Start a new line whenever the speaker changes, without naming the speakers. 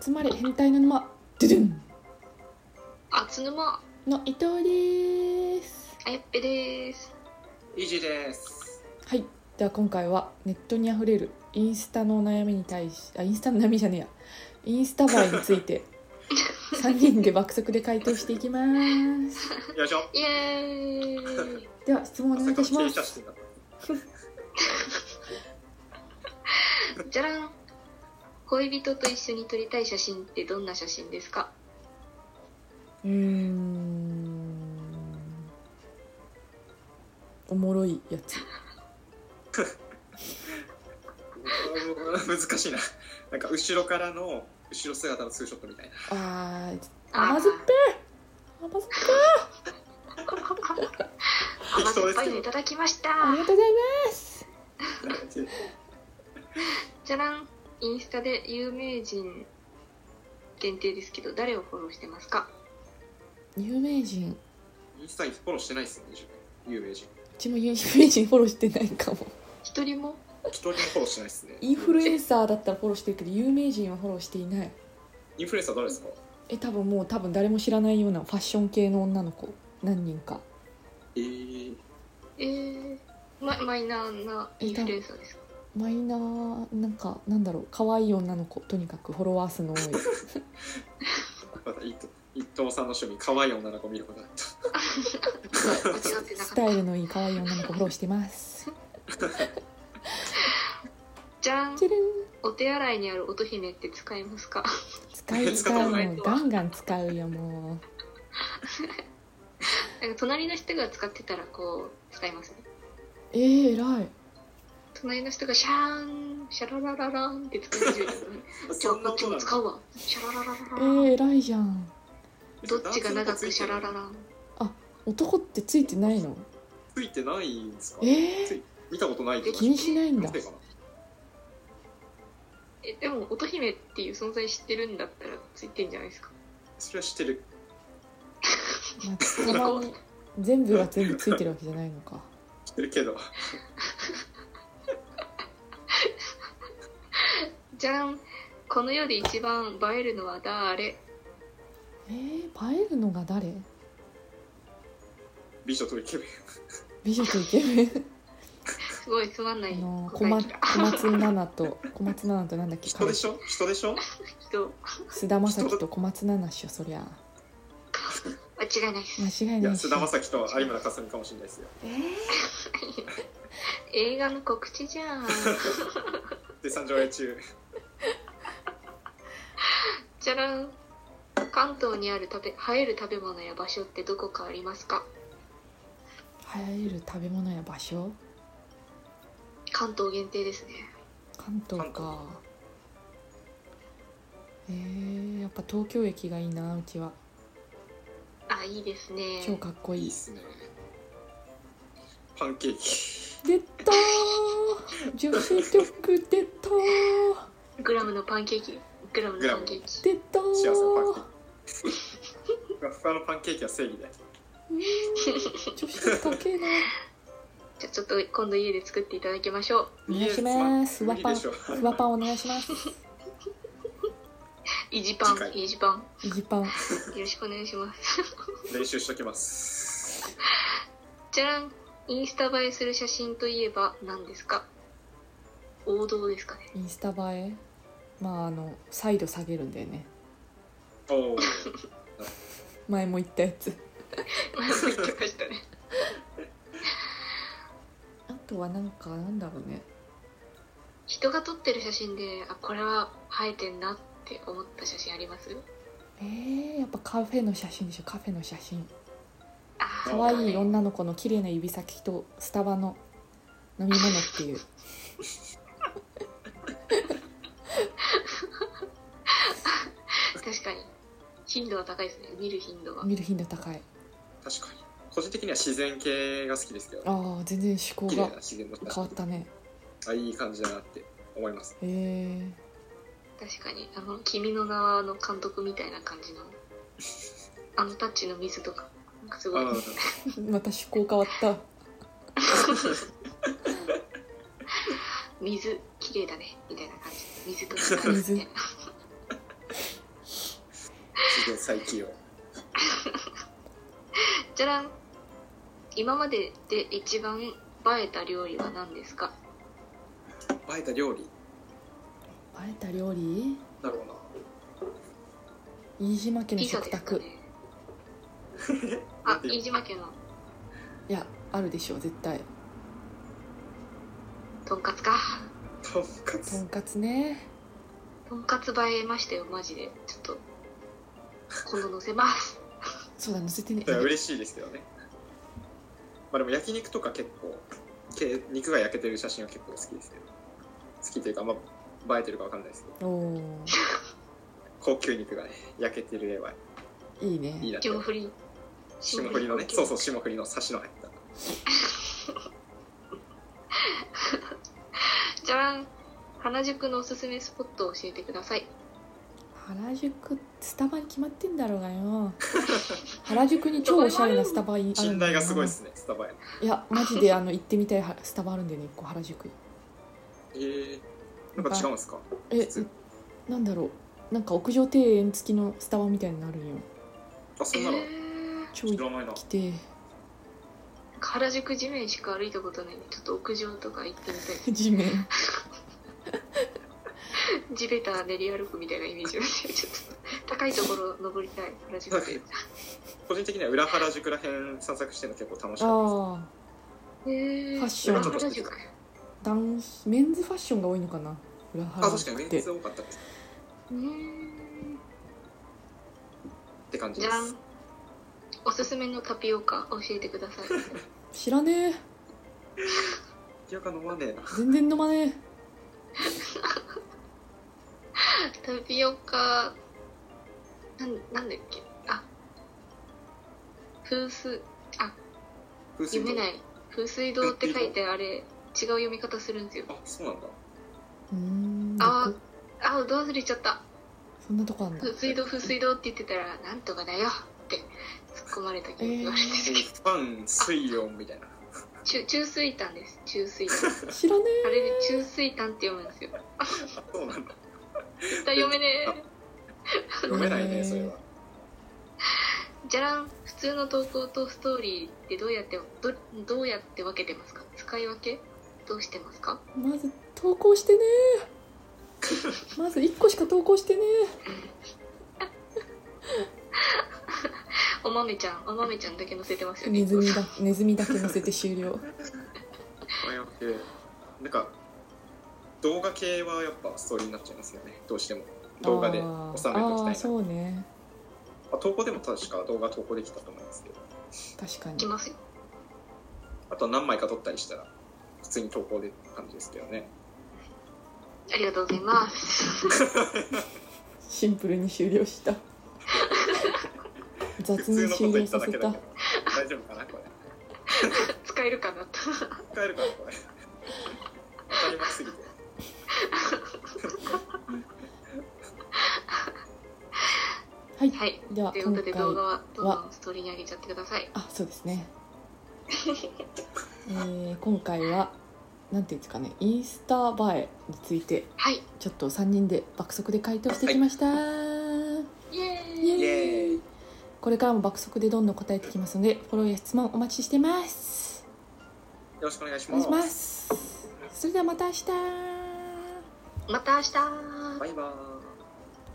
集まれ変態の沼ドゥドゥン
あつぬま
の伊藤です
あやっぺです
イージーです。
はいでは今回はネットにあふれるインスタのお悩みに対しあインスタの悩みじゃねえやインスタ映えについて 3人で爆速で回答していきます
よいしょ。
イエーイ
では質問お願いいたしま
朝から
す
切り出してんだ
じゃらん恋人と一緒に撮りたい写真ってどんな写真ですか
うーんおもろいやつ
うわ難しいな。なんか後ろからの後ろ姿のツーショットみたいな。
あー
あー
甘酸っぱい甘酸っぱい
甘酸っぱいのいただきました
ありがとうございます
じゃらんインスタで有名人限定ですけど誰をフォローしてますか
有名人う
インスタにフォローしてないっすね。自分有名人。
ちも有名人フォローしてないかも
一人も
一人もフォローしてないっすね。
インフルエンサーだったらフォローしてるけど有名人はフォローしていない
インフルエンサー誰ですか。
え多分もう多分誰も知らないようなファッション系の女の子何人か
えー、
えー、ま、マイナーなインフルエンサーですか
マイナーなんかなんだろう可愛い女の子とにかくフォロワー数の多い
また伊藤伊藤さんの趣味可愛い女の子見ることだった。
間違ってな
ス
か
タ
っ
イ
た
ルのいい可愛い女の子フォローして ます
じゃらん
チュルン
お手洗いにある乙姫って使いますか
使い
使ったこと
使う
ない
もうガンガン使うよも
なんか隣の人が使ってたらこう使いますね
うえー、偉い
隣の人がシャーンシャラララランって使い始めたらじゃあ
そ
こ
んな
っ
こ
ち
と
も
な
使うわシャラララ
え
ララン
ー、偉いじゃん
どっちが長くシャラララン
男ってついてないの
ついてないんですか。
えー、
見たことないけど。
気にしないんだ
気のせいかな
えでも乙姫っていう存在知ってるんだったらついてんじゃないですか
それは知ってる。
まあ、たまに全部が全部ついてるわけじゃないのか
知ってるけど。
じゃんこの世で一番映えるのは誰
えー、映えるのが誰
美女とイケメン。
美女とイケメン
すごいつまんな
あ
い
の小
答え
松
来た
小松菜奈 と小松菜奈となんだっけ
人でしょ。人でしょ。
人
菅田将暉と小松菜奈っしょそりゃ
間違いないです
間違い
い
ない
や
っしょ
菅田将暉と有村架純かもしれないですよ。
え
映画の告知じゃん
絶賛上映中。
じゃらん関東にある食べ生える食べ物や場所ってどこかありますか
ー、流行る食べ物や場所
関東限定ですね
関東かえー、やっぱ東京駅がいいなうちは
あいいですね
超かっこい
いい
い
っすね。パンケーキ。
出たー女子力出たー
グラムのパンケーキグラムのパンケーキ
出た
幸せの
ー
パンケーキ。ふわふわのパンケーキは正義だよ。
うーん女子力高えな
じゃあちょっと今度家で作っていただきましょう
お願いします
いやつまん無理でしょ
ふわパンお願いします
イジパン
次回
イジパン
イジパン
よろしくお願いします
練習しときます。
じゃらんインスタ映えする写真といえば何ですか王道ですかね
インスタ映えまああのサイド下げるんだよね
おお。
前も言ったやつ
前も言ってま したね
あとはなんかなんだろうね
人が撮ってる写真であこれは生えてんなって思った写真あります
えー、やっぱカフェの写真でしょカフェの写真
あー
可愛い女の子の綺麗な指先とスタバの飲み物っていう
確かに頻度は高いですね見る頻度は
見る頻度高い
確かに。個人的には自然系が好きですけど、
あ
ね。
ー全然思考
綺麗
が
な自然の
変わったね
あいい感じだなって思います。
えー、
確かにあの「君の名は」の監督みたいな感じのあのタッチの水とかなんかすごい
う ん。
また思考変わった
水綺麗だねみたいな感じ水とか
水
みたいな
再起用
じゃらん今までで一番映えた料理は何ですか
映えた料理
えた料理
だろうな
飯島家の
ピザ
食
です
卓、
かねあ飯島家の
いやあるでしょう絶対
とんかつか
とんか
と
つ
んかつね
とんかつ映えましたよマジでちょっと今度乗せます
そうだ乗せてね
いや嬉しいですけどねまあでも焼肉とか結構け肉が焼けてる写真は結構好きですけど好きというかあんま映えてるかわかんないですけど
おお
高級肉がね焼けてる絵はい
いね
いいなって
霜降り
霜降りのねそうそう霜降りのサシの入った
じゃらん原宿のおすすめスポットを教えてください
原宿スタバに決まってんだろうが よ原宿に超おしゃれなスタバあるんだよ
信
な
頼がすごいですねスタバへ
いやマジであの行ってみたいはスタバあるんだよね一個原宿
えー、なんか違うんですか
え
普通
なんだろうなんか屋上庭園付きのスタバみたいになるんよ
あそんなの
えー
超
知
行
らないな
きてえ
原宿地面しか歩いたことないんでちょっと屋上とか行ってみたい
地面
地べた練り歩くみたいなイメージがしてちょっと高いところ登りたい原宿 で
個人的には裏原宿ら辺散策してるの結構楽し
あ
かっ
あ
えー、
ファッション
裏原宿
男子メンズファッションが多いのかな裏
たですあ
原
確かに
宿っ
メン
て
ズ多かったです
うーん
って感じ
じ
で
ゃ
す
んおすすめのタピオカ教えてください
知らねえ
いやか飲まねえな
全然飲まね
タピオカなんなんだっけあ風水あ
風
読めないい風水堂って書いてあれ違う読み方するんですよ
あそうなんだ
えうーん
あ
どこ
あどう忘れちゃった
そんなとこあ んだ
風水道風水道って言ってたらなんとかだよって突っ込まれた気が言われて、
えーパン水温みたいな
中中水炭です中水炭
知らね
あれで中水炭って読むんですよ
あそうなんだ
絶対読めね
読めないねそれは
えじゃらん普通の投稿とストーリーってどうやってどどうやって分けてますか使い分けどうしてますか
えまず投稿してねえまず1個しか投稿してね
お豆ちゃんお豆ちゃんだけ載せてます
え
よね
ネズミだネズミだけ乗せて終了
これはえーなんか動画系はやっぱストーリーになっちゃいますよねどうしても動画で収め
あ
ておきたい
ーあ
な
ーそうね
あ投稿でも確か動画投稿できたと思うんですけど
確か
い
に
きますよ
あとは何枚か撮ったりしたら普通に投稿でって感じですけどね
ありがとうございます
シンプルに終了した
普
雑
通
に
のこと
終
言
了
った
さ
だ
せ
けだ
た
けど大丈夫かなこれ
使えるかなと
使えるか なこれ当たり前すぎて
はい
はい
では
というこ
今
とで動
回
画はどんどんストーリーに上げちゃってください
あそうですね えー今回はなんていうんですかねインスタ映えについて
はい
ちょっと3人で爆速で回答してきました、
イエーイ
イエーイ
イエーイ
これからも爆速でどんどん答えてきますのでフォローや質問お待ちしてます
よろしくお願いし
お
ま
願い
す
しますそれではまた明日
また明日
バイバーイ